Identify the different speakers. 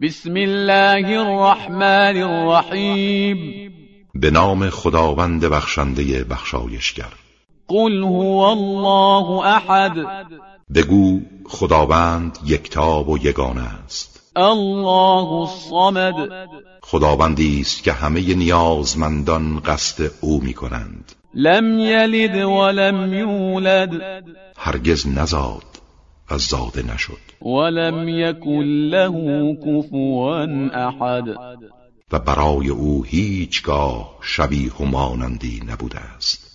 Speaker 1: بسم الله الرحمن الرحیم
Speaker 2: به نام خداوند بخشنده بخشایشگر
Speaker 1: قل هو الله احد
Speaker 2: بگو خداوند یکتا و یگانه است
Speaker 1: الله الصمد
Speaker 2: خداوندی است که همه نیازمندان قصد او می کنند
Speaker 1: لم یلد ولم یولد
Speaker 2: هرگز نزاد و زاده نشد
Speaker 1: ولم یکن له کفوا احد
Speaker 2: و برای او هیچگاه شبیه و مانندی نبوده است